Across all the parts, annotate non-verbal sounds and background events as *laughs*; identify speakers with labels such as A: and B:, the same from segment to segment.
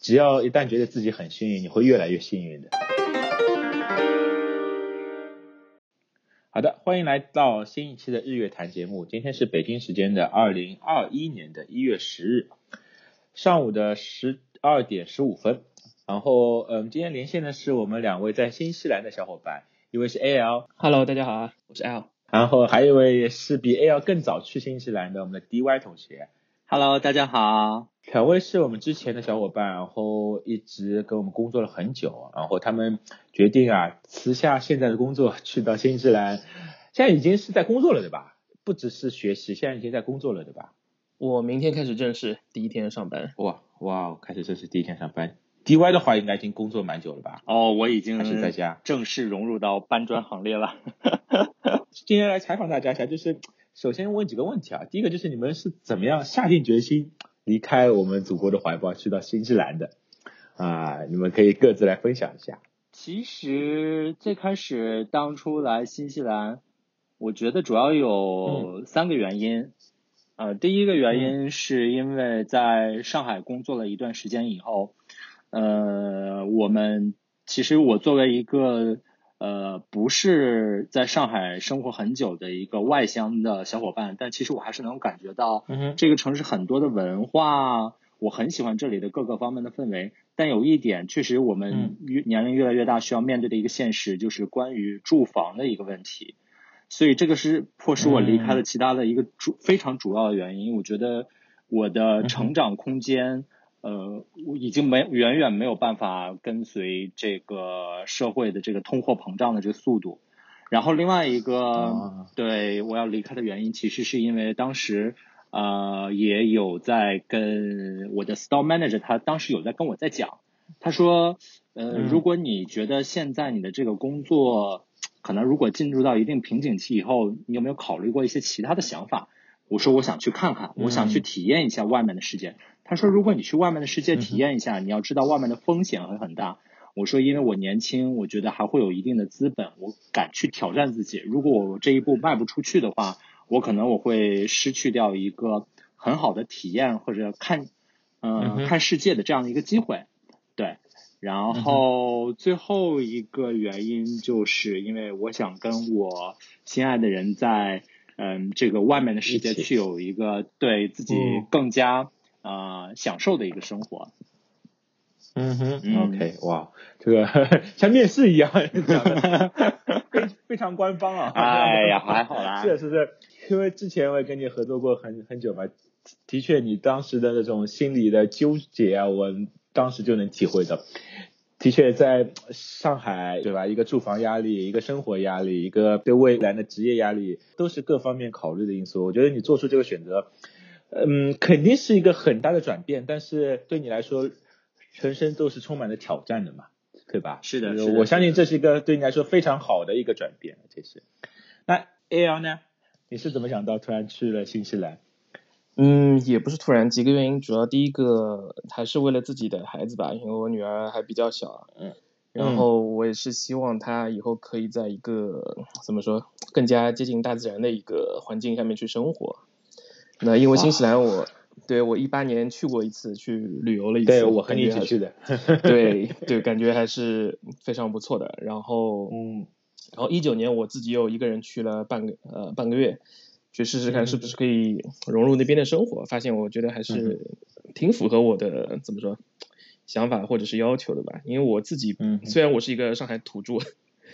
A: 只要一旦觉得自己很幸运，你会越来越幸运的。好的，欢迎来到新一期的日月谈节目。今天是北京时间的二零二一年的一月十日上午的十二点十五分。然后，嗯，今天连线的是我们两位在新西兰的小伙伴，一位是 AL，
B: Hello，大家好啊，我是 L。
A: 然后还有一位是比 AL 更早去新西兰的我们的 DY 同学。
C: Hello，大家好。
A: 两位是我们之前的小伙伴，然后一直跟我们工作了很久，然后他们决定啊辞下现在的工作，去到新西兰，现在已经是在工作了，对吧？不只是学习，现在已经在工作了，对吧？
B: 我明天开始正式第一天上班，
A: 哇哇，哦开始这是第一天上班，DY 的话应该已经工作蛮久了吧？
C: 哦，我已经
A: 还是在家？
C: 正式融入到搬砖行列了。
A: 今天来采访大家一下，就是首先问几个问题啊。第一个就是你们是怎么样下定决心离开我们祖国的怀抱，去到新西兰的？啊，你们可以各自来分享一下。
C: 其实最开始当初来新西兰，我觉得主要有三个原因。呃，第一个原因是因为在上海工作了一段时间以后，呃，我们其实我作为一个呃不是在上海生活很久的一个外乡的小伙伴，但其实我还是能感觉到，
A: 嗯哼，
C: 这个城市很多的文化，我很喜欢这里的各个方面的氛围。但有一点，确实我们越年龄越来越大，需要面对的一个现实就是关于住房的一个问题。所以这个是迫使我离开了其他的一个主、非常主要的原因。我觉得我的成长空间，呃，我已经没远远没有办法跟随这个社会的这个通货膨胀的这个速度。然后另外一个，
A: 啊
C: 对我要离开的原因，其实是因为当时呃也有在跟我的 store manager，他当时有在跟我在讲，他说，呃，
A: 嗯
C: 如果你觉得现在你的这个工作可能如果进入到一定瓶颈期以后，你有没有考虑过一些其他的想法？我说我想去看看，我想去
A: 嗯
C: 体验一下外面的世界。他说如果你去外面的世界体验一下，你要知道外面的风险会很大。我说因为我年轻，我觉得还会有一定的资本，我敢去挑战自己。如果我这一步迈不出去的话，我可能我会失去掉一个很好的体验或者看，
A: 嗯
C: 嗯、
A: 哼
C: 看世界的这样的一个机会。对，然后最后一个原因就是因为我想跟我心爱的人在嗯这个外面的世
A: 一
C: 界
A: 起
C: 去有一个对自己
A: 嗯
C: 更加啊、呃享受的一个生活。
A: *laughs* 嗯哼
C: 嗯
A: ，OK，哇，这个 *laughs* 像面试一样讲的，非非常官方啊。
C: 哎呀，还好
A: *laughs*
C: 啦
A: 是。的是的，因为之前我也跟你合作过很很久嘛，的确你当时的那种心理的纠结啊，我当时就能体会到。的确，在上海，对吧？一个住房压力，一个生活压力，一个对未来的职业压力，都是各方面考虑的因素。我觉得你做出这个选择，嗯，肯定是一个很大的转变，但是对你来说，人生都是充满了挑战的嘛，对吧？
C: 是的
A: 呃
C: 是的
A: 我相信这是一个对你来说非常好的一个转变，这是。那 A L 呢？你是怎么想到突然去了新西兰？
B: 嗯，也不是突然，几个原因，主要第一个还是为了自己的孩子吧，因为我女儿还比较小，
A: 嗯，
B: 然后我也是希望她以后可以在一个怎么说更加接近大自然的一个环境下面去生活。那因为新西兰我对我一八年去过一次，去旅游了一次，
A: 对我和
B: 感
A: 你一
B: 觉
A: 起
B: 还
A: 去
B: 是，
A: 的。
B: *laughs*
A: *laughs*
B: 对对，感觉还是非常不错的。然后
A: 嗯
B: 然后一九年我自己又一个人去了半个呃半个月，去试试看是不是可以融入那边的生活，发现我觉得还是挺符合我的怎么说想法或者是要求的吧。因为我自己
A: 嗯
B: 虽然我是一个上海土著，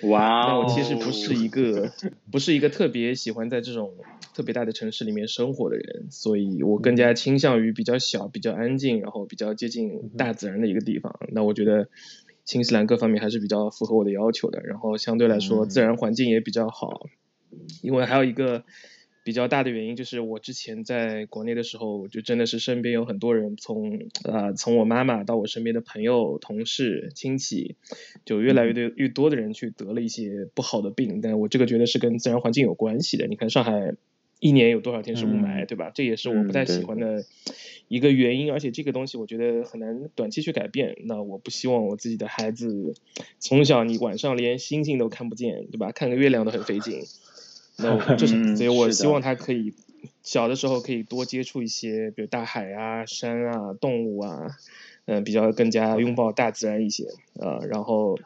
C: 哇
B: 但
C: 哦，
B: 我其实不是一个不是一个特别喜欢在这种特别大的城市里面生活的人，所以我更加倾向于比较小、比较安静，然后比较接近大自然的一个地方。那我觉得新西兰各方面还是比较符合我的要求的，然后相对来说
A: 嗯
B: 自然环境也比较好。因为还有一个比较大的原因就是我之前在国内的时候，就真的是身边有很多人从呃从我妈妈到我身边的朋友、同事、亲戚，就越来
A: 嗯
B: 越多越多的人去得了一些不好的病，但我这个觉得是跟自然环境有关系的。你看上海。一年有多少天是雾霾，
A: 嗯
B: 对吧？这也是我
A: 嗯
B: 不太
A: 对
B: 喜欢的一个原因，而且这个东西我觉得很难短期去改变。那我不希望我自己的孩子从小你晚上连星星都看不见，对吧？看个月亮都很费劲。那
C: *laughs*
B: 我这是，
C: 嗯
B: 所以我
C: 是的
B: 希望他可以小的时候可以多接触一些，比如大海啊、山啊、动物啊，嗯，比较更加拥抱大自然一些啊、然后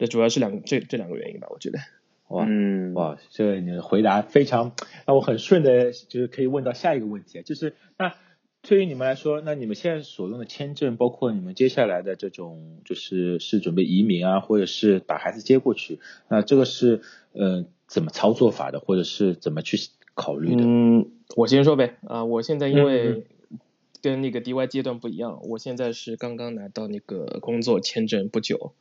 B: 这主要是两这这两个原因吧，我觉得。
A: 哇
C: 嗯，
A: 哇，这个你的回答非常让我很顺的，就是可以问到下一个问题，啊就是那对于你们来说，那你们现在所用的签证，包括你们接下来的这种，就是是准备移民啊，或者是把孩子接过去，那这个是呃怎么操作法的，或者是怎么去考虑的？
B: 嗯，我先说呗啊、我现在因
A: 嗯
B: 为跟那个 DY 阶段不一样，我现在是刚刚拿到那个工作签证不久，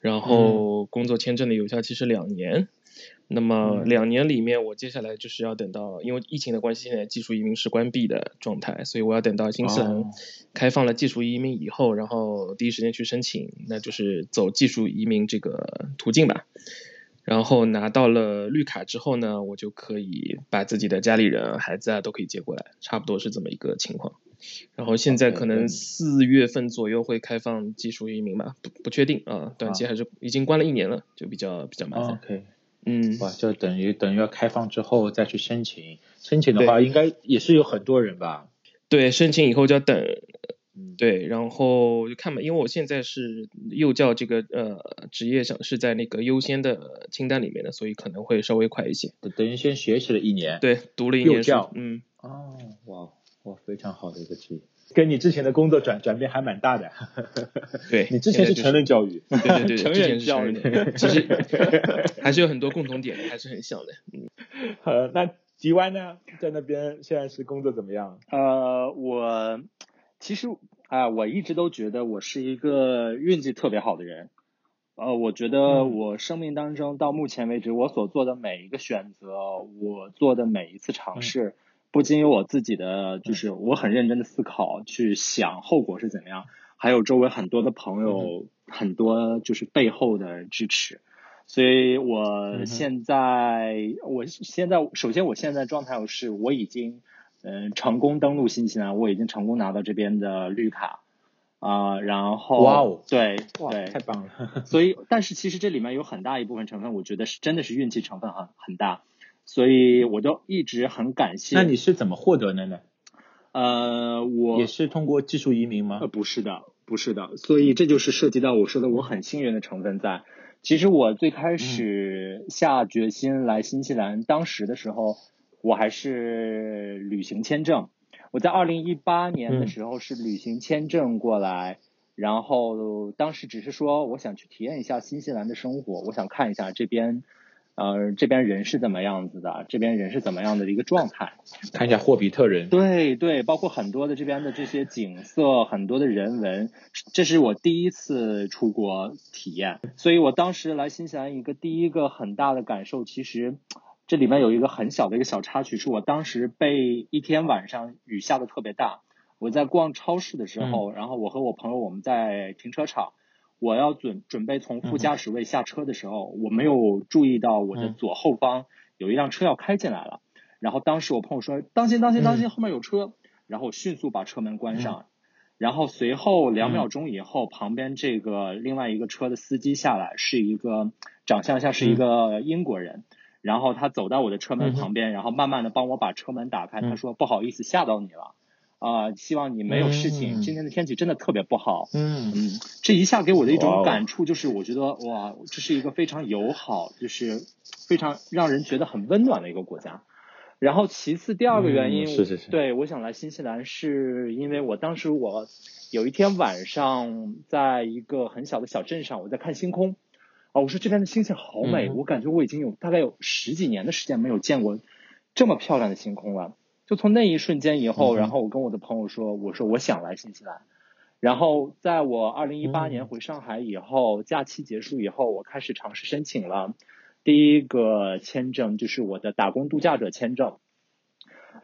B: 然后工作签证的有效期是两年。那么
A: 嗯
B: 两年里面，我接下来就是要等到，因为疫情的关系，现在技术移民是关闭的状态，所以我要等到新西兰
A: 哦
B: 开放了技术移民以后，然后第一时间去申请，那就是走技术移民这个途径吧。然后拿到了绿卡之后呢，我就可以把自己的家里人、孩子啊都可以接过来，差不多是这么一个情况。然后现在
A: OK，
B: 可
A: 嗯
B: 能四月份左右会开放技术移民吧，不不确定啊，短期还是已经关了一年了，就比较比较麻烦。
A: OK，
B: 嗯，
A: 哇，就等于等于要开放之后再去申请，申请的话应该也是有很多人吧？
B: 对，申请以后就要等，
A: 嗯，
B: 对，然后就看吧，因为我现在是幼教这个呃职业上是在那个优先的清单里面的，所以可能会稍微快一些。
A: 等等于先学习了一年，
B: 对，读了一
A: 幼
B: 年书
A: 教 *laughs*
B: 嗯。
A: 哦，哇哇，非常好的一个职业，跟你之前的工作转转变还蛮大的。
B: 对
A: 你之前是
B: 现在就是
A: 成人教育， *laughs*
B: 对对对，
C: 成
B: 之
C: 人
B: 前是
C: 教
B: 成 *laughs*
C: 育
B: 人其实 *laughs* 还是有很多共同点，还是很像的。
A: 呃，那吉湾呢，在那边现在是工作怎么样？
C: 呃，我其实啊、我一直都觉得我是一个运气特别好的人。呃，我觉得
A: 嗯
C: 我生命当中到目前为止，我所做的每一个选择，我做的每一次尝
A: 嗯
C: 试，不仅有我自己的，就是我很认真的思考，去想后果是怎么样，还有周围很多的
A: 嗯
C: 朋友，很多就是背后的支持。所以
A: 嗯
C: 我
A: 哼
C: 现在，我现在首先我现在状态是我已经，嗯、成功登陆新西兰，我已经成功拿到这边的绿卡啊、然后
A: 哇哦
C: 对
A: 哇，
C: 对
A: 太，棒了！
C: 所以，但是其实这里面有很大一部分成分，我觉得是真的是运气成分很很大，所以我就一直很感
A: 嗯
C: 谢。
A: 那你是怎么获得的呢？
C: 呃，我
A: 也是通过技术移民吗
C: 呃，？不是的，不是的，所以这就是涉及到我说的我很幸运的成分在。其实我最开始
A: 嗯
C: 下决心来新西兰，当时的时候我还是旅行签证。我在二零一八年的
A: 嗯
C: 时候是旅行签证过来，然后当时只是说我想去体验一下新西兰的生活，我想看一下这边，呃，这边人是怎么样子的，这边人是怎么样的一个状态。
A: 看一下霍比特人，
C: 对对，包括很多的这边的这些景色，很多的人文，这是我第一次出国体验，所以我当时来新西兰一个第一个很大的感受，其实这里面有一个很小的一个小插曲，是我当时被一天晚上雨下的特别大，我在逛超市的时
A: 嗯
C: 候，然后我和我朋友我们在停车场。我要准准备从
A: 嗯
C: 副
A: 哼
C: 驾驶位下车的时候，我没有注意到我的
A: 嗯
C: 左后方有一辆车要开进来了。然后当时我朋友说：“当心，当心，
A: 嗯
C: 当心，后面有车。”然后我迅速把车门关上，然后随后两
A: 嗯
C: 秒钟以后，旁边这个另外一个车的司机下来，是一个长相像是一个英国人，然后他走到我的车
A: 嗯
C: 门
A: 嗯哼
C: 旁边，然后慢慢的帮我把车门打开，他
A: 嗯
C: 说：“不好意思，吓到你了，啊、希望你没有事情。
A: 嗯
C: 今天的天气真的特别不好。”
A: 嗯，
C: 嗯，这一下给我的一
A: 哇
C: 种
A: 哦
C: 感触就是，我觉得哇，这是一个非常友好，就是非常让人觉得很温暖的一个国家。然后其次第二个原因，
A: 嗯是是是
C: 对我想来新西兰是因为我当时我有一天晚上在一个很小的小镇上，我在看星空。啊，我说这边的星星好美，
A: 嗯
C: 我感觉我已经有大概有十几年的时间没有见过这么漂亮的星空了。就从那一瞬间以
A: 嗯
C: 后，
A: 哼
C: 然后我跟我的朋友说，我说我想来新西兰。然后在我二零一八年
A: 嗯
C: 回上海以后，假期结束以后，我开始尝试申请了第一个签证，就是我的打工度假者签证。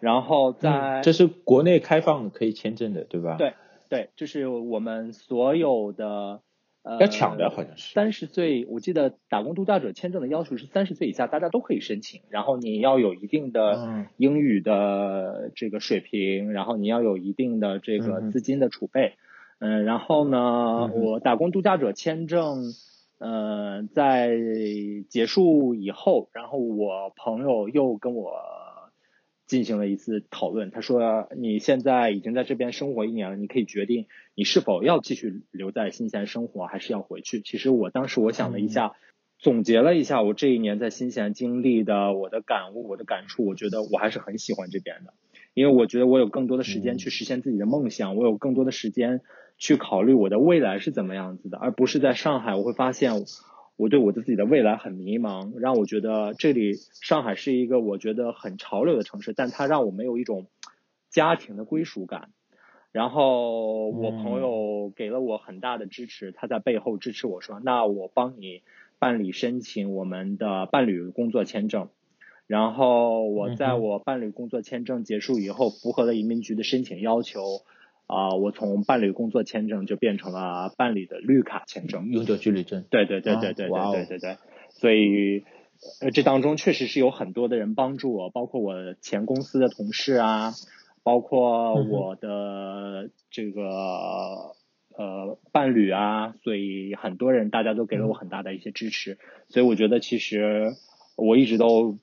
C: 然后在、
A: 嗯这是国内开放可以签证的，对吧？
C: 对对，就是我们所有的呃
A: 要抢的好像是
C: 三十岁，我记得打工度假者签证的要求是三十岁以下大家都可以申请，然后你要有一定
A: 嗯
C: 的英语的这个水平，然后你要有一定的
A: 嗯
C: 这个
A: 哼
C: 资金的储备，嗯、然后呢
A: 嗯，哼
C: 我打工度假者签证。呃，在结束以后，然后我朋友又跟我进行了一次讨论。他说：“你现在已经在这边生活一年了，你可以决定你是否要继续留在新西兰生活，还是要回去？其实我当时我想了一下，总结了一下我这一年在新西兰经历的我的感悟、我的感触，我觉得我还是很喜欢这边的，因为我觉得我有更多的时间去实现自己的梦想，我有更多的时间去考虑我的未来是怎么样子的，而不是在上海，我会发现我对我的自己的未来很迷茫，让我觉得这里上海是一个我觉得很潮流的城市，但它让我没有一种家庭的归属感。然后我朋友给了我很大的支持，他在背后支持我说：“那我帮你办理申请我们的伴侣工作签证。”然后我在我伴侣工作签证结束以后，符合了移民局的申请要求，啊、我从伴侣工作签证就变成了伴侣的绿卡签证。
A: 永久居留证。
C: 对对对
A: 啊
C: 对对
A: 哇
C: 对
A: 哦
C: 对对对，所以呃，这当中确实是有很多的人帮助我，包括我前公司的同事啊，包括
A: 嗯哼
C: 我的这个呃伴侣啊，所以很多人大家都给
A: 嗯
C: 了我很大的一些支持，所以我觉得其实我一直都。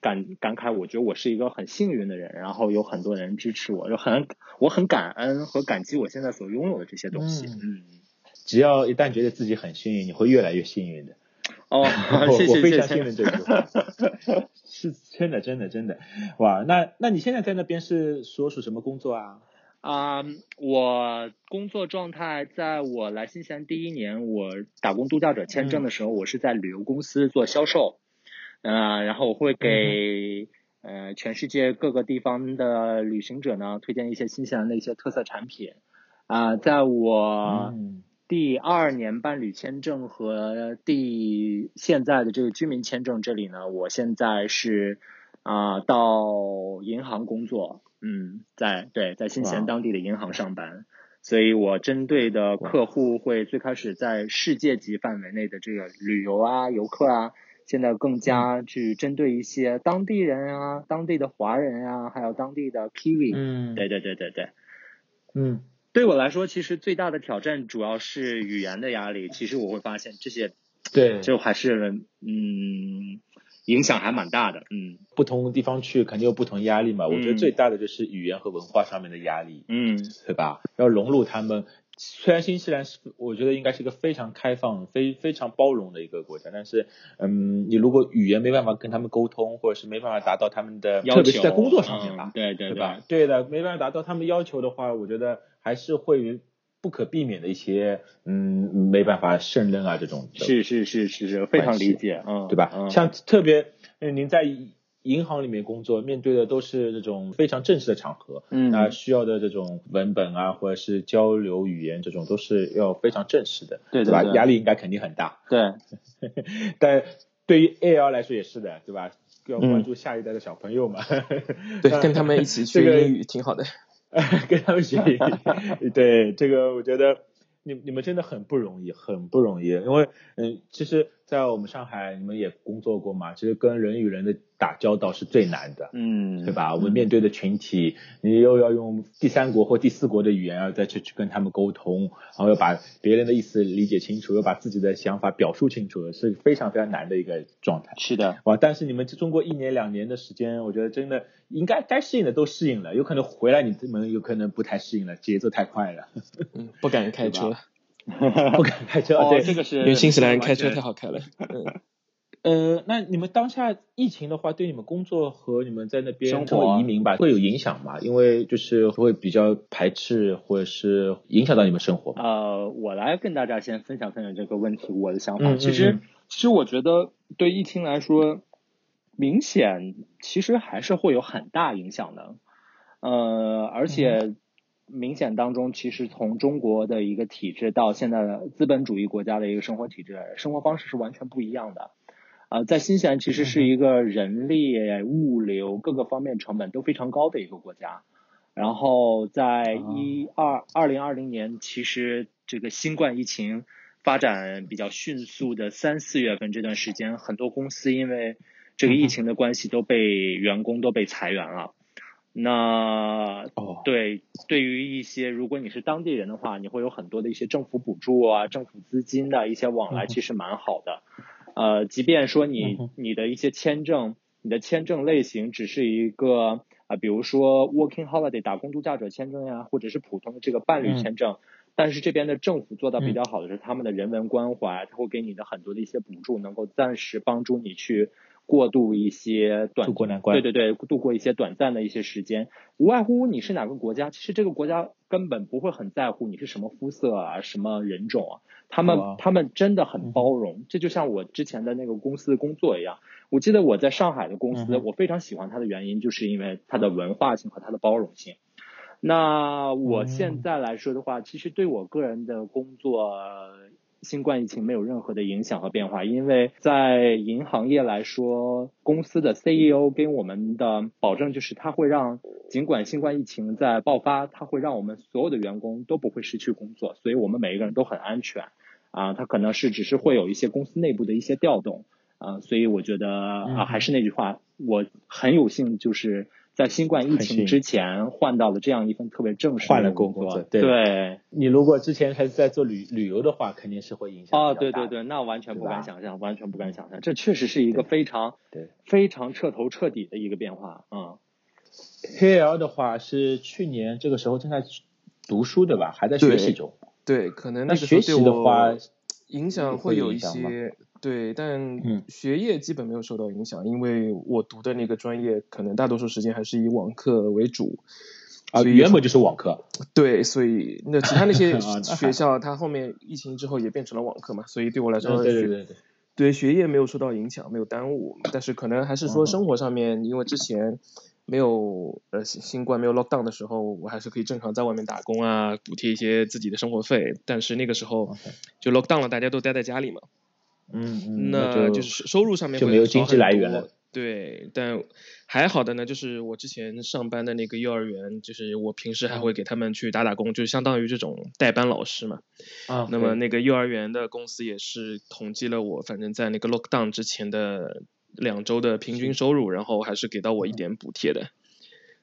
C: 感感慨，我觉得我是一个很幸运的人，然后有很多人支持我，就很我很感恩和感激我现在所拥有的这些东西。嗯，
A: 只要一旦觉得自己很幸运，你会越来越幸
C: *laughs*
A: 运的。
C: 哦，
A: *laughs* 我
C: 谢谢
A: 我非
C: 谢
A: 常
C: 谢
A: 信。任这句话， *laughs* 是真的，真的，真的，哇！那那你现在在那边是所属什么工作啊？
C: 啊、我工作状态，在我来新西兰第一年，我打工度假者签证的时候，我是在旅游公司做销售，呃，然后我会给、呃全世界各个地方的旅行者呢，推荐一些新西兰的一些特色产品。啊、在我
A: 嗯
C: 第二年伴侣签证和第现在的这个居民签证这里呢，我现在是啊、到银行工作，嗯，在对在新西兰
A: 哇
C: 当地的银行上班，所以我针对的客户会最开始在世界级范围内的这个旅游啊、游客啊，现在更加去针对一些当地人啊、当地的华人啊，还有当地的 Kiwi，、
A: 嗯
C: 对对对对对。
A: 嗯
C: 对我来说，其实最大的挑战主要是语言的压力。其实我会发现这些，
A: 对，
C: 就还是嗯，影响还蛮大的。嗯
A: 不同地方去肯定有不同压力嘛。我觉得
C: 嗯
A: 最大的就是语言和文化上面的压力，
C: 嗯
A: 对吧？要融入他们。虽然新西兰是，我觉得应该是一个非常开放、非非常包容的一个国家，但是，嗯，你如果语言没办法跟他们沟通，或者是没办法达到他们的，
C: 要
A: 特别是
C: 求
A: 在工作上面吧，
C: 嗯对对
A: 对吧？？对的，没办法达到他们要求的话，我觉得还是会有不可避免的一些，嗯，没办法胜任啊这种的，
C: 是是是是是，非常理解，嗯，
A: 对吧？
C: 嗯、
A: 像特别，嗯，您在银行里面工作，面对的都是这种非常正式的场合，
C: 嗯
A: 那需要的这种文本啊，或者是交流语言这种，都是要非常正式的，
C: 对对
A: 吧？
C: 对
A: 压力应该肯定很大。
C: 对，
A: 但对于 AL 来说也是的，对吧？要
B: 嗯
A: 关注下一代的小朋友嘛，
B: 对，跟他们一起
A: 这
B: 学
A: 个
B: 英语挺好的。
A: *laughs* 跟他们学英语。对，这个我觉得你你们真的很不容易，很不容易。因为嗯，其实，在我们上海，你们也工作过嘛，其实跟人与人的打交道是最难的。
C: 嗯，
A: 对吧？我们面对的群体，你又要用第三国或第四国的语言啊，再去去跟他们沟通，然后要把别人的意思理解清楚，要把自己的想法表述清楚，是非常非常难的一个状态。
C: 是的，
A: 哇！啊但是你们中国一年两年的时间，我觉得真的应该该适应的都适应了，有可能回来你们有可能不太适应了，节奏太快
C: *laughs*
A: 了，
B: 嗯，不敢开
A: 对
B: 车，
A: 不敢开车。
C: *laughs* 哦，
A: 对，
C: 这个是
B: 因为新西兰开车
C: 完全
B: 太好开了。嗯，
A: 呃，那你们当下疫情的话，对你们工作和你们在那边
C: 生活啊
A: 成为移民吧，会有影响吗？因为就是会比较排斥，或者是影响到你们生活吧。
C: 呃，我来跟大家先分享分享这个问题我的想法。
A: 嗯嗯
C: 其实，
A: 嗯
C: 其实我觉得对疫情来说，明显其实还是会有很大影响的。呃，而且明显当中，其实从中国的一个体制到现在的资本主义国家的一个生活体制，生活方式是完全不一样的。啊、在新西兰其实是一个人力、物流各个方面成本都非常高的一个国家。然后在
A: 哦
C: 一二二零二零年，其实这个新冠疫情发展比较迅速的三四月份这段时间，很多公司因为这个疫情的关系都被员工都被裁员了。那
A: 哦，
C: 对，对于一些如果你是当地人的话，你会有很多的一些政府补助啊、政府资金的一些往
A: 嗯
C: 来，
A: 哼
C: 其实蛮好的。呃，即便说
A: 嗯
C: 你
A: 哼
C: 你的一些签证，你的签证类型只是一个啊、比如说 working holiday 打工度假者签证呀，或者是普通的这个伴侣
A: 嗯
C: 签证，但是这边的政府做到比较好的是他们的人文关怀，他会给你的很多的一些补助，能够暂时帮助你去过渡一些短
A: 渡过难关
C: 对对对，度过一些短暂的一些时间。无外乎你是哪个国家，其实这个国家根本不会很在乎你是什么肤色啊，什么人种啊，他
A: 哇
C: 们他们真的
A: 嗯
C: 很包容。这就像我之前的那个公司工作一样，我记得我在上海的公司，
A: 嗯哼
C: 我非常喜欢它的原因，就是因为它的文化性和它的包容性。那我现在来说的话，其实对我个人的工作，呃新冠疫情没有任何的影响和变化，因为在银行业来说，公司的 CEO 给我们的保证就是，他会让尽管新冠疫情在爆发，他会让我们所有的员工都不会失去工作，所以我们每一个人都很安全。啊，它可能是只是会有一些公司内部的一些调动啊，所以我觉得啊，
A: 嗯
C: 还是那句话，我很有幸就是在新冠疫
A: 很幸运
C: 情之前换到了这样一份特别正式的
A: 换了
C: 工
A: 工作对
C: 对
A: 你如果之前还是在做旅旅游的话，肯定是会影响比较
C: 啊，对
A: 大
C: 对
A: 的
C: 对，那完全
A: 对
C: 不敢
A: 吧
C: 想象，完全不敢想象，这确实是一个非常
A: 对
C: 非常彻头彻底的一个变化啊、
A: KL 的话是去年这个时候正在读书对吧？还在学习中。
B: 对，可能
A: 那
B: 那个时候
A: 学
B: 对
A: 习的话
B: 我影响
A: 会
B: 会
A: 有
B: 有
A: 影
B: 一
A: 响吗
B: 些，对，
A: 嗯
B: 但学业基本没有受到影响，因为我读的那个专业可能大多数时间还是以网课为主，
A: 啊，
B: 所以
A: 原本就是网课，
B: 对，所以那其他那些
A: *laughs* 啊那还
B: 学校，它后面疫情之后也变成了网课嘛，所以对我来说，
A: 嗯对对对对，
B: 对学业没有受到影响，没有耽误，但是可能还是
A: 嗯
B: 说
A: 嗯
B: 生活上面，因为之前没有呃新新冠没有 lockdown 的时候，我还是可以正常在外面打工啊，补贴一些自己的生活费。但是那个时候
A: OK
B: 就 lockdown 了，大家都待在家里嘛，
A: 嗯嗯，
B: 那
A: 就
B: 就是收入上面
A: 就
B: 会
A: 没有
B: 少
A: 经济
B: 很
A: 来
B: 多
A: 源了。
B: 对，但还好的呢，就是我之前上班的那个幼儿园，就是我平时
A: 嗯
B: 还会给他们去打打工，就相当于这种代班老师嘛。
A: 啊，
B: 那么
A: 对
B: 那个幼儿园的公司也是统计了我，反正在那个 lockdown 之前的两周的平均收入，然后还是给到我一点补贴的，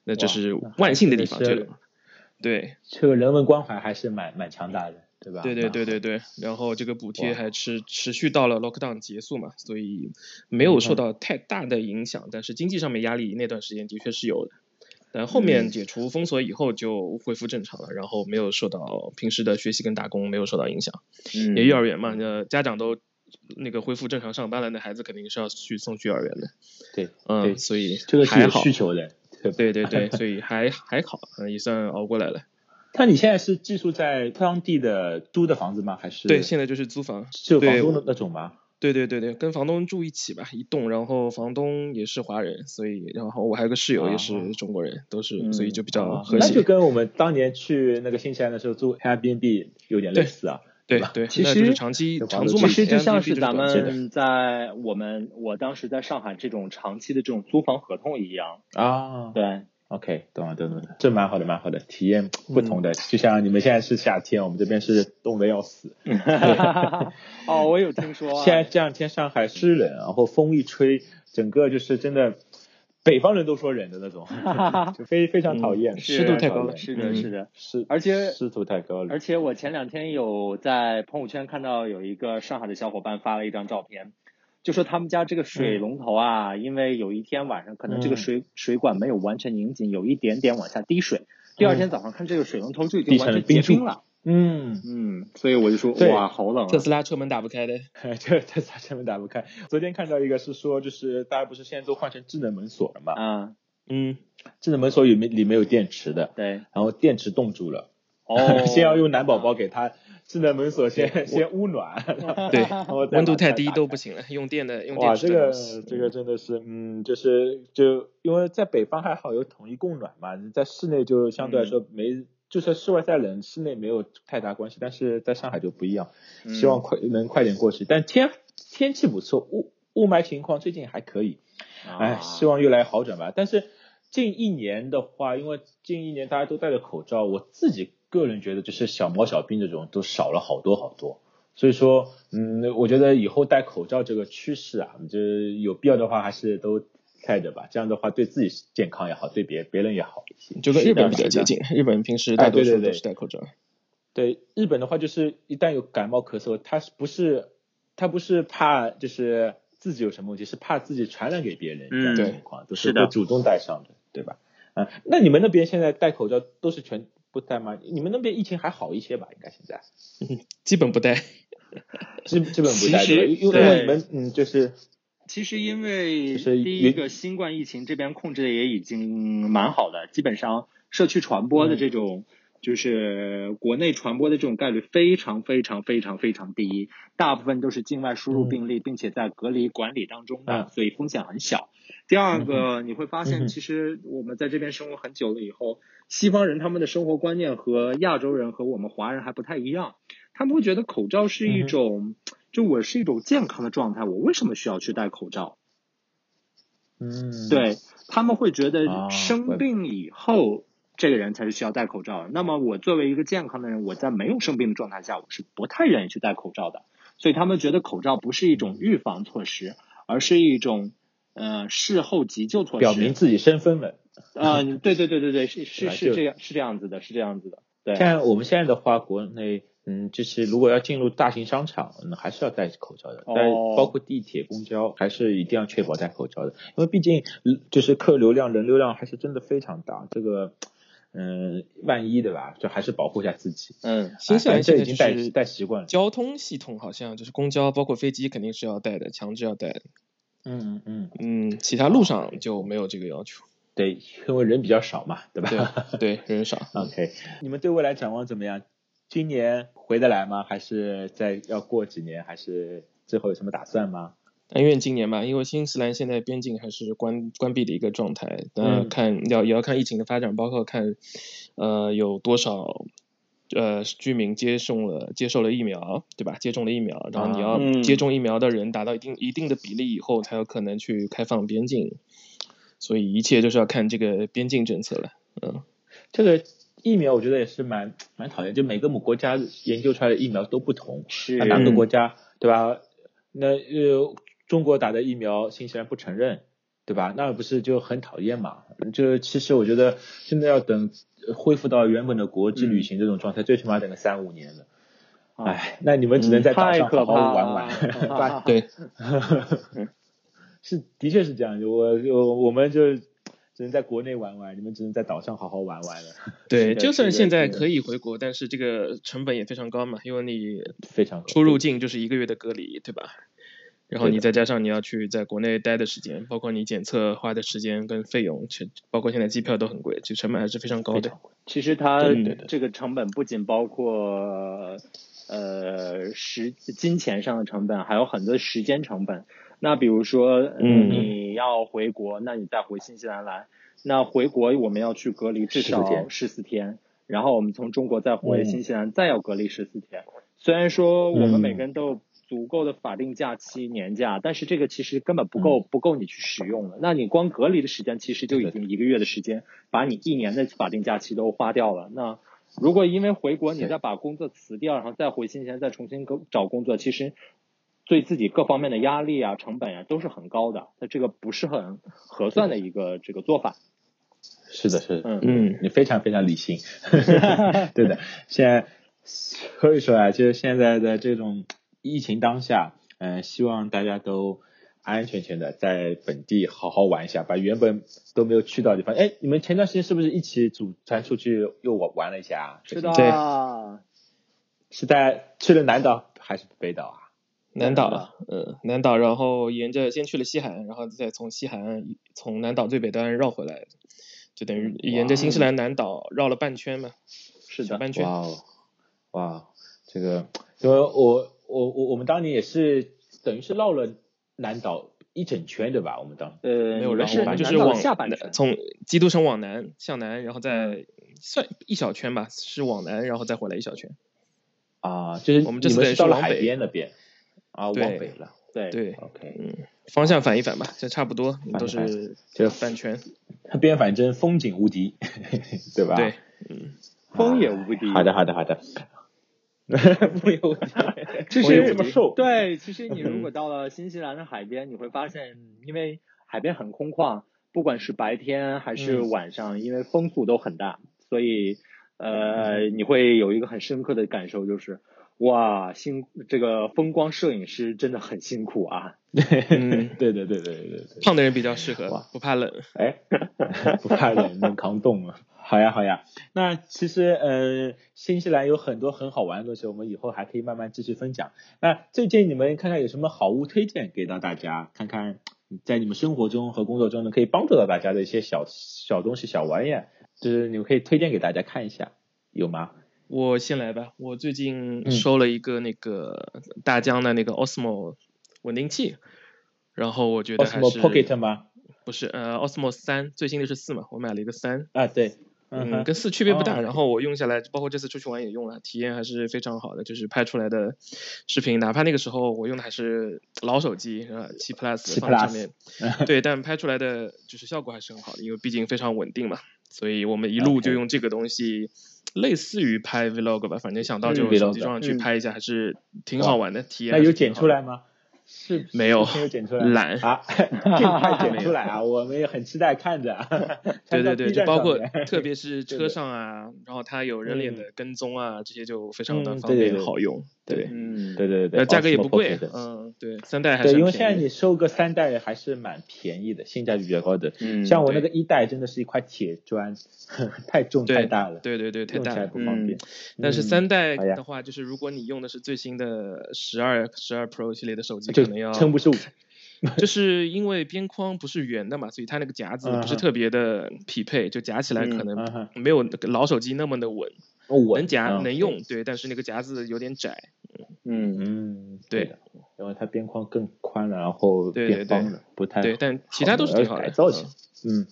B: 那
A: 嗯
B: 这
A: 哇
B: 是
A: 那还
B: 万幸的
A: 真
B: 地
A: 的
B: 方。
A: 是
B: 这个，对
A: 这个人文关怀还是蛮蛮强大的，对吧？
B: 对对对
A: 对，
B: 对对，然后这个补贴
A: 哇
B: 还持持续到了 lockdown 结束嘛，所以没有受
A: 嗯
B: 到太大的影响，但是经济上面压力那段时间的确是有的。但后
A: 嗯
B: 面解除封锁以后就恢复正常了，然后没有受到平时的学习跟打工没有受到影响。
C: 嗯，
B: 也幼儿园嘛，那家长都那个恢复正常上班了，那孩子肯定是要去送去幼儿园的。
A: 对对
B: 嗯，所以
A: 这个是
B: 还
A: 有
B: 好
A: 需，求的，对吧
B: 对对
A: *laughs*
B: 对，所以还还好，嗯，也算熬过来了。
A: 那你现在是寄宿在当地的租的房子吗？还是
B: 对，现在就是租房，
A: 是
B: 对
A: 房东的那种吗？
B: 对对对对，跟房东住一起吧，一栋，然后房东也是华人，所以然后我还有个室友也
A: 啊
B: 是中国人，都是，
C: 嗯
B: 所以就比较
A: 啊
B: 和
A: 那就
B: 谐。
A: 跟我们当年去那个新西兰的时候租 Airbnb 有点类似啊。
B: 对
A: 吧
B: 对，
C: 其
B: 那就是
C: 实
B: 长期
A: 这
B: 长
A: 房子
B: 租嘛，
C: 其实就
B: Airbnb
C: 像是
B: 就
C: 咱
B: 短期的
C: 们在我们我当时在上海这种长期的这种租房合同一样，
A: 啊，
C: 对，
A: OK，懂了懂了，懂了这蛮好的，蛮好的，体验不
B: 嗯
A: 同的，就像你们现在是夏天，我们这边是冻得要死。
C: *laughs* 哦，我有听说、啊，
A: 现在这两天上海湿冷，啊然后风一吹，整个就是真的，北方人都说冷的那种，就非非常讨厌，
B: 嗯
C: 是
B: 湿度太高
A: 了
B: 了，
C: 是的，
B: 嗯
C: 是的。
A: 湿，
C: 而且
A: 湿度太高了
C: 而。且我前两天有在朋友圈看到有一个上海的小伙伴发了一张照片，就说他们家这个水龙头啊，因为有一天晚上可能这个
A: 嗯
C: 水、水管没有完全拧紧，有一点点往下滴水。第二天早上看这个水龙头就已
A: 嗯
C: 经
A: 滴成
C: 完
A: 了
C: 全结
A: 冰柱
C: 冰了，
A: 嗯， *laughs*
C: 嗯，所以我就说
A: 对
C: 哇，好冷
B: 特
C: 啊！
B: 斯拉车门打不开的，
A: 这这啥前面打不开。昨天看到一个是说，就是大家不是现在都换成智能门锁了嘛？
C: 啊，
B: 嗯，
A: 智能门锁里面里面有电池的，
C: 对，
A: 然后电池冻住了，
C: 哦
A: *laughs* ，先要用暖宝宝给它智能门锁先先捂暖，
C: 哦
B: 对，
A: 然后再
B: 温度
A: 把它
B: 太低
A: 打
B: 都
A: 开
B: 不行了，用电的用
A: 哎哇，
B: 电池
A: 这
B: 的
A: 个
B: 东西
A: 这个真的是，嗯，就是就因为在北方还好有统一供暖嘛，你在室内就相对来说没，就算室外再冷，室内没有太大关系，但是在上海就不一样，
C: 嗯
A: 希望快、能快点过去。但天天气不错，雾雾霾情况最近还可以，
C: 啊
A: 哎，希望越来越好转吧。但是近一年的话，因为近一年大家都戴着口罩，我自己个人觉得就是小毛小病这种都少了好多好多。所以说，嗯，我觉得以后戴口罩这个趋势啊，就是有必要的话还是都戴着吧。这样的话，对自己健康也好，对别别人也好。
B: 就跟日
A: 是的
B: 本比较接近，日本平时
A: 哎
B: 大
A: 对
B: 多数
A: 对对
B: 都是戴口罩。
A: 对日本的话，就是一旦有感冒咳嗽，他是不是他不是怕就是自己有什么问题，是怕自己传染给别人这样的
B: 嗯
A: 情况，都
C: 是
A: 会
C: 的
A: 主动戴上的，对吧？啊、那你们那边现在戴口罩都是全不戴吗？你们那边疫情还好一些吧？应该现在
B: 基本
A: *laughs*
B: 不戴。
A: 基基本不戴，
C: 其实
A: 因为你们嗯，就是
C: 其实因为
A: 就是
C: 第一个新冠疫情这边控制的也已经蛮好的，基本上社区传播
A: 嗯
C: 的这种、就是国内传播的这种概率非常非常非常非常低，大部分都是境外输入病例，并且在隔离管理当中的，
A: 嗯
C: 所以风险很小。第二个，你会发
A: 嗯
C: 现，
A: 哼
C: 其实我们在这边生活很久了以后，西方人他们的生活观念和亚洲人和我们华人还不太一样，他们会觉得口罩是
A: 嗯
C: 一
A: 哼
C: 种，就我是一种健康的状态，我为什么需要去戴口罩？
A: 嗯，
C: 对他们会觉
A: 啊
C: 得生
A: 怪不
C: 病以后、这个人才是需要戴口罩的。那么我作为一个健康的人，我在没有生病的状态下，我是不太愿意去戴口罩的。所以他们觉得口罩不是一
A: 嗯
C: 种预防措施，而是一种呃事后急救措施。
A: 表明自己身份了。
C: 啊、对对对对对，是是
A: 本来
C: 是
A: 就
C: 这样是这样子的，是这样子的。对，
A: 像我们现在的话，国内嗯，就是如果要进入大型商场，嗯还是要戴口罩的。
C: 哦
A: 但包括地铁、公交，还是一定要确保戴口罩的，因为毕竟嗯就是客流量、人流量还是真的非常大。这个嗯，万一对吧？就还是保护一下自己。
C: 嗯，
B: 新西兰
A: 哎这已
B: 现在
A: 经
B: 啊就
A: 戴
B: 是
A: 戴习惯了。
B: 交通系统好像就是公交，包括飞机肯定是要带的，强制要带的。
A: 嗯嗯嗯，
B: 嗯，其他路上就没有这个要
A: *laughs*
B: 求。
A: 对，因为人比较少嘛，对吧？
B: 对对，人少。
A: OK，你们对未来展望怎么样？今年回得来吗？还是再要过几年？还是最后有什么打算吗？
B: 但愿今年吧，因为新西兰现在边境还是关关闭的一个状态，那
A: 嗯
B: 看要也要看疫情的发展，包括看呃有多少呃居民接种了接受了疫苗，对吧？接种了疫苗，然后
A: 啊
B: 你要
C: 嗯
B: 接种疫苗的人达到一定、一定的比例以后，才有可能去开放边境。所以一切就是要看这个边境政策了。
A: 这个疫苗我觉得也是蛮蛮讨厌，就每个母国家研究出来的疫苗都不同，
C: 是
A: 那哪个
B: 嗯
A: 国家对吧？那呃，中国打的疫苗新西兰不承认，对吧？那不是就很讨厌嘛？就其实我觉得现在要等呃恢复到原本的国际旅行这种状态，最起码等个三五年了。
C: 哎，
A: 哎，那你们只能在岛
C: 嗯太
A: 上
C: 可
A: 好好
C: 怕
A: 玩 *laughs* 玩，
C: 了
A: 把
B: 对，
A: 是，的确是这样。我我我们就只能在国内玩玩，你们只能在岛上好好玩玩了，
B: 对，
C: 是的
B: 就是算
C: 的
B: 现在
C: 是的
B: 可以回国，但是这个成本也非常高嘛，因为你
A: 非常
B: 出入境就是一个月的隔离，对吧？然后你再加上你要去在国内待的时间，包括你检测花的时间跟费用，其包括现在机票都很贵，就成本还是非常高
A: 非
B: 的
A: 常。贵。
C: 其实它
B: 对对对
C: 这个成本不仅包括呃时金钱上的成本，还有很多时间成本。那比如说，呃
B: 嗯
C: 你要回国，那你再回新西兰来，那回国我们要去隔离至
A: 14
C: 少
A: 天
C: 十四天，然后我们从中国再回
A: 嗯
C: 新西兰再要隔离十四天。虽然说我们
A: 嗯
C: 每个人都有足够的法定假期、年假，但是这个其实根本不够，不够你去使用的。那你光隔离的时间，其实就已经一个月的时间，把你一年的法定假期都花掉了。那如果因为回国你
A: 对
C: 再把工作辞掉，然后再回新西兰再重新go- 找工作，其实对自己各方面的压力啊、成本啊都是很高的。那这个不是很合算的一个这个做法。
A: 是的，是的，
C: 嗯
B: 嗯，
A: 你非常非常理
C: *laughs*
A: 性。对的，现在所以说啊，就是现在的这种疫情当下，嗯、希望大家都。安安全全的在本地好好玩一下，把原本都没有去到的地方。哎，你们前段时间是不是一起组团出去又玩玩了一下啊？
C: 是的
B: 对
C: 啊，
A: 是在去了南岛还是北岛啊？
B: 南
C: 南
B: 岛
C: 岛
B: 啊，嗯，南岛，然后沿着先去了西海岸，然后再从西海岸从南岛最北端绕回来，就等于沿着新西兰南岛绕了半圈嘛，
C: 是
B: 小
C: 的，
B: 半圈。
A: 哇哦，哇哦，这个，因为我我我我们当年也是等于是绕了南岛一整圈，对吧？我们当时
C: 呃，
B: 没有
C: 你们
B: 绕
C: 是
B: 过吧，就是
C: 南岛
B: 往
C: 的下半
B: 南
C: 圈。
B: 从基督城往南向南，然后再算一小圈吧，是往南，然后再回来一小圈。
A: 啊，就是
B: 我们这
A: 你
B: 次
A: 们
B: 等
A: 是
B: 于是
A: 到了
B: 往
A: 海
B: 北
A: 边那边啊，往
B: 对
A: 北了。
C: 对，
B: 对，
A: OK，
B: 嗯，方向反一反吧，这差不多，
A: 反
B: 都
A: 一反
B: 是
A: 就
B: 半圈。
A: 那边反正风景无敌， *laughs* 对吧？
B: 对，，嗯，
C: 风也无敌。
A: 好的，好的，好
B: *laughs*
A: 的。 *laughs* 风也无敌，
C: 其
A: 风也这
C: 实
A: 么 *laughs* 瘦，
C: 对，其实你如果到了新西兰的海边，你会发现，因为海边很空旷，不管是白天还是
A: 嗯
C: 晚上，因为风速都很大，所以呃，你会有一个很深刻的感受，就是哇，辛这个风光摄影师真的很辛苦啊。
B: 嗯
A: 对对对对对对。
B: 胖的人比较适合
A: 哇，
B: *laughs* 不怕冷。
A: 哎，不怕冷，能扛冻啊。 *laughs* 好呀，好呀。那其实，呃，新西兰有很多很好玩的东西，我们以后还可以慢慢继续分享。那最近你们看看有什么好物推荐给到大家，看看在你们生活中和工作中呢，可以帮助到大家的一些小小东西、小玩意，啊就是你们可以推荐给大家看一下，有吗？
B: 我先来吧，我最近
A: 嗯
B: 收了一个那个大疆的那个 Osmo 稳定器，然后我觉得还
A: Osmo
B: 是
A: 哦 Pocket 吗？
B: 不是呃 Osmo 三最新的是四嘛，我买了一个三，
A: 啊，对，
B: 嗯，
A: 嗯
B: 跟四区别不
A: 哦
B: 大。
A: ，OK
B: 然后我用下来，包括这次出去玩也用了，体验还是非常好的。就是拍出来的视频，哪怕那个时候我用的还是老手机，呃，七 Plus
A: 7
B: 放在
A: Plus
B: 上面，
A: *laughs*
B: 对，但拍出来的就是效果还是很好的，因为毕竟非常稳定嘛。所以我们一路
A: OK
B: 就用这个东西，类似于拍 Vlog 吧，反正想到就
A: 嗯
B: 手机
A: Vlog
B: 上去
C: 嗯
B: 拍一下，还是挺
A: 哇
B: 好玩的体验
A: 那
B: 还是
A: 有
B: 挺
A: 剪
B: 好
A: 出
B: 的
A: 来吗？是
B: 没有
A: 视频有剪出来吗
B: 懒
A: 啊， *laughs* 这个快剪出来
B: *laughs*
A: 啊！我们也很期待看着。
B: 对
A: 传到
B: 对对，
A: B
B: 就
A: 站
B: 包
A: 上
B: 括
A: 面
B: 特别是
A: 对
B: 车
A: 的
B: 上啊，然后它有人脸
A: 嗯
B: 的跟踪啊，这些就非常的
A: 嗯
B: 方
A: 对对
B: 便
A: 对
B: 好用。
A: 对
B: 对，
A: *laughs*
C: 嗯，
A: 对对对对，
B: 呃，价格也
A: Osmo
B: 不贵
A: Pocket，
B: 嗯，对，三代还是
A: 对，
B: 很
A: 因为现在
B: 便宜
A: 你
B: 的。
A: 收个三代还是蛮便宜的，性价比比较高的。
C: 嗯
A: 像我那个
B: 对
A: 一代真的是一块铁砖， *laughs* 太重太
B: 对
A: 大了，
B: 对对对，太
A: 用起
B: 大
A: 来
B: 了。
A: 不方便。
B: 但是
A: 嗯
B: 三代
A: 好呀
B: 的话，就是如果你用的是最新的十二、十二 Pro 系列的手机，
A: 就
B: 可能要
A: 撑不住。
B: 就是因为边框不是圆的嘛，所以它那个夹子不是
A: 嗯哼
B: 特别的匹配，就夹起来可
C: 嗯
A: 嗯
B: 能
A: 哼
B: 没有老手机那么的稳，
A: 哦我
B: 能夹能。
A: 嗯
B: 用，对，但是那个夹子有点窄，
C: 嗯
A: 嗯，
B: 对
A: 的，因为它边框更宽了，然后
B: 对
A: 变
B: 对
A: 方了，不太
B: 对，但其他都是
A: 要
B: 挺好
A: 改
B: 的。
A: 造一下
B: 嗯。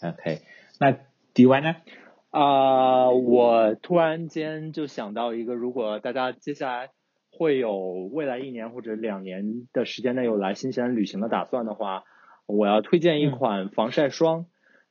A: 嗯，OK，那迪歪呢？
C: 啊、我突然间就想到一个，如果大家接下来会有未来一年或者两年的时间内有来新西兰旅行的打算的话，我要推荐一
A: 嗯
C: 款防晒霜。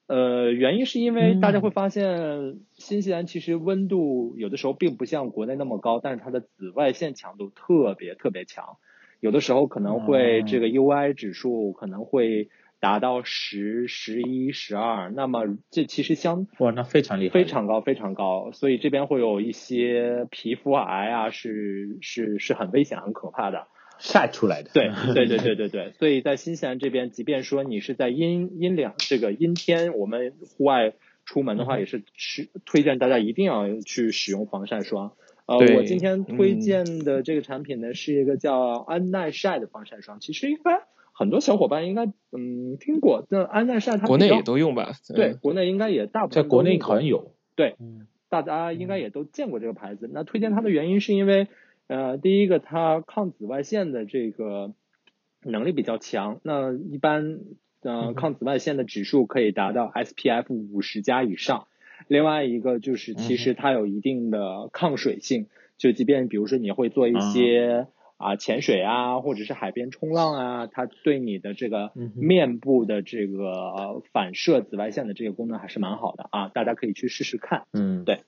C: 呃，原因是因为大家
A: 嗯
C: 会发现，新西兰其实温度有的时候并不像国内那么高，但是它的紫外线强度特别特别强，有的时候可能会这个 UI 指数可能会达到十、十一、十二，那么这其实相
A: 哇，那非常厉害，
C: 非常高，非常高，所以这边会有一些皮肤癌啊，是是是很危险、很可怕的。
A: 晒出来的。
C: 对，对，对，对，对，对。所以在新西兰这边，即便说你是在阴阴凉这个阴天，我们户外出门的
A: 嗯
C: 话，也是是推荐大家一定要去使用防晒霜。呃，
B: 对
C: 我今天推
B: 嗯
C: 荐的这个产品呢，是一个叫安耐晒的防晒霜。其实应该很多小伙伴应该嗯听过，那安耐晒它
B: 国
C: 比
B: 内
C: 较
B: 也都用吧？嗯
C: 对，国内应该也大
A: *laughs*
C: 部
A: 在
C: 分
A: 国
C: 都
A: 内
C: 用
A: 好
C: 过
A: 像有。
C: 对
A: 嗯，
C: 大家应该也都见过这个牌子。那推荐它的原因是因为，呃，第一个它抗紫外线的这个能力比较强。那一般，
A: 嗯
C: 呃，
A: 哼
C: 抗紫外线的指数可以达到 SPF 五十加以上。另外一个
A: 嗯
C: 就是，其实它有一定的抗水性，就即便比如说你会做一些啊、潜水啊，或者是海边冲浪啊，它对你的这个
A: 嗯哼
C: 面部的这个呃反射紫外线的这个功能还是蛮好的啊，大家可以去试试看。
A: 嗯，
C: 对。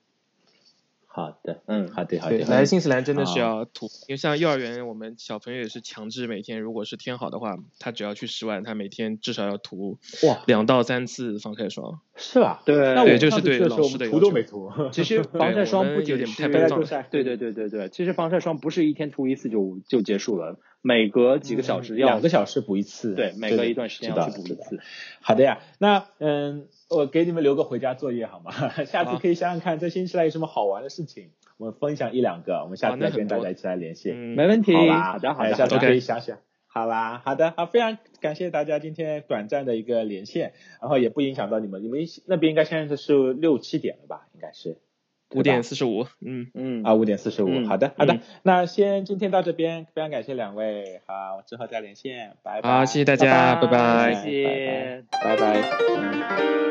A: 好的，
C: 嗯，
A: 好的，好
B: 对，
A: 的。
B: 来新西兰真的是
A: 啊
B: 要涂，因为像幼儿园我们小朋友也是强制每天，如果是天好的话，他只要去室外，他每天至少要涂
A: 哇，
B: 两到三次防晒霜。
A: 是吧？
C: 对
A: 那
B: 对
A: 我
B: 就
A: 上
B: 是
A: 次
B: 对
A: 去的时
B: 老
A: 候，我
B: 师
A: 们
B: 的
A: 涂
B: 要
A: 都
B: 求
A: 没涂。*laughs*
C: 其实防晒
B: 我
C: 霜
B: 们
C: 不仅
B: 有点
C: 是
B: 太
A: 被
B: 笨
A: 他
B: 重
A: 就
B: 了
A: 晒。
C: 对对对对对，其实防晒霜不是一天涂一次就就结束了，每隔几个小时要、
A: 嗯两个小时补一次，
C: 对，每隔
A: 的
C: 一段时间
A: 知道
C: 要
A: 了
C: 去补
A: 知
C: 一
A: 道了
C: 次。
A: 好的呀，那嗯，我给你们留个回家作业好吗？ *laughs* 下次
C: 啊
B: 好
A: 可以想想看，在新西兰有什么好玩的事情，我们分享一两个，我们下
C: 啊
B: 哇
A: 次再
B: 那很
A: 跟大
B: 多
A: 家一起来联系，
B: 嗯，
C: 没问
A: *laughs*
C: 题，
A: 好吧？
C: 好的好
A: 哎
C: 的，
A: 下
C: 好
A: 次
C: 的，
A: 可以想想。好啦，好的，好，非常感谢大家今天短暂的一个连线，然后也不影响到你们，你们那边应该现在是六七点了吧？应该是
B: 五点四十五，嗯，
C: 嗯，
A: 啊，五点四十五。
C: 嗯
A: 好的，好的
B: 嗯，
A: 那先今天到这边，非常感谢两位，好，之后再连线，拜拜。
B: 好，谢谢大
C: 拜
B: 家，
C: 拜
B: 拜
A: 拜
C: 谢谢。
A: 拜拜。嗯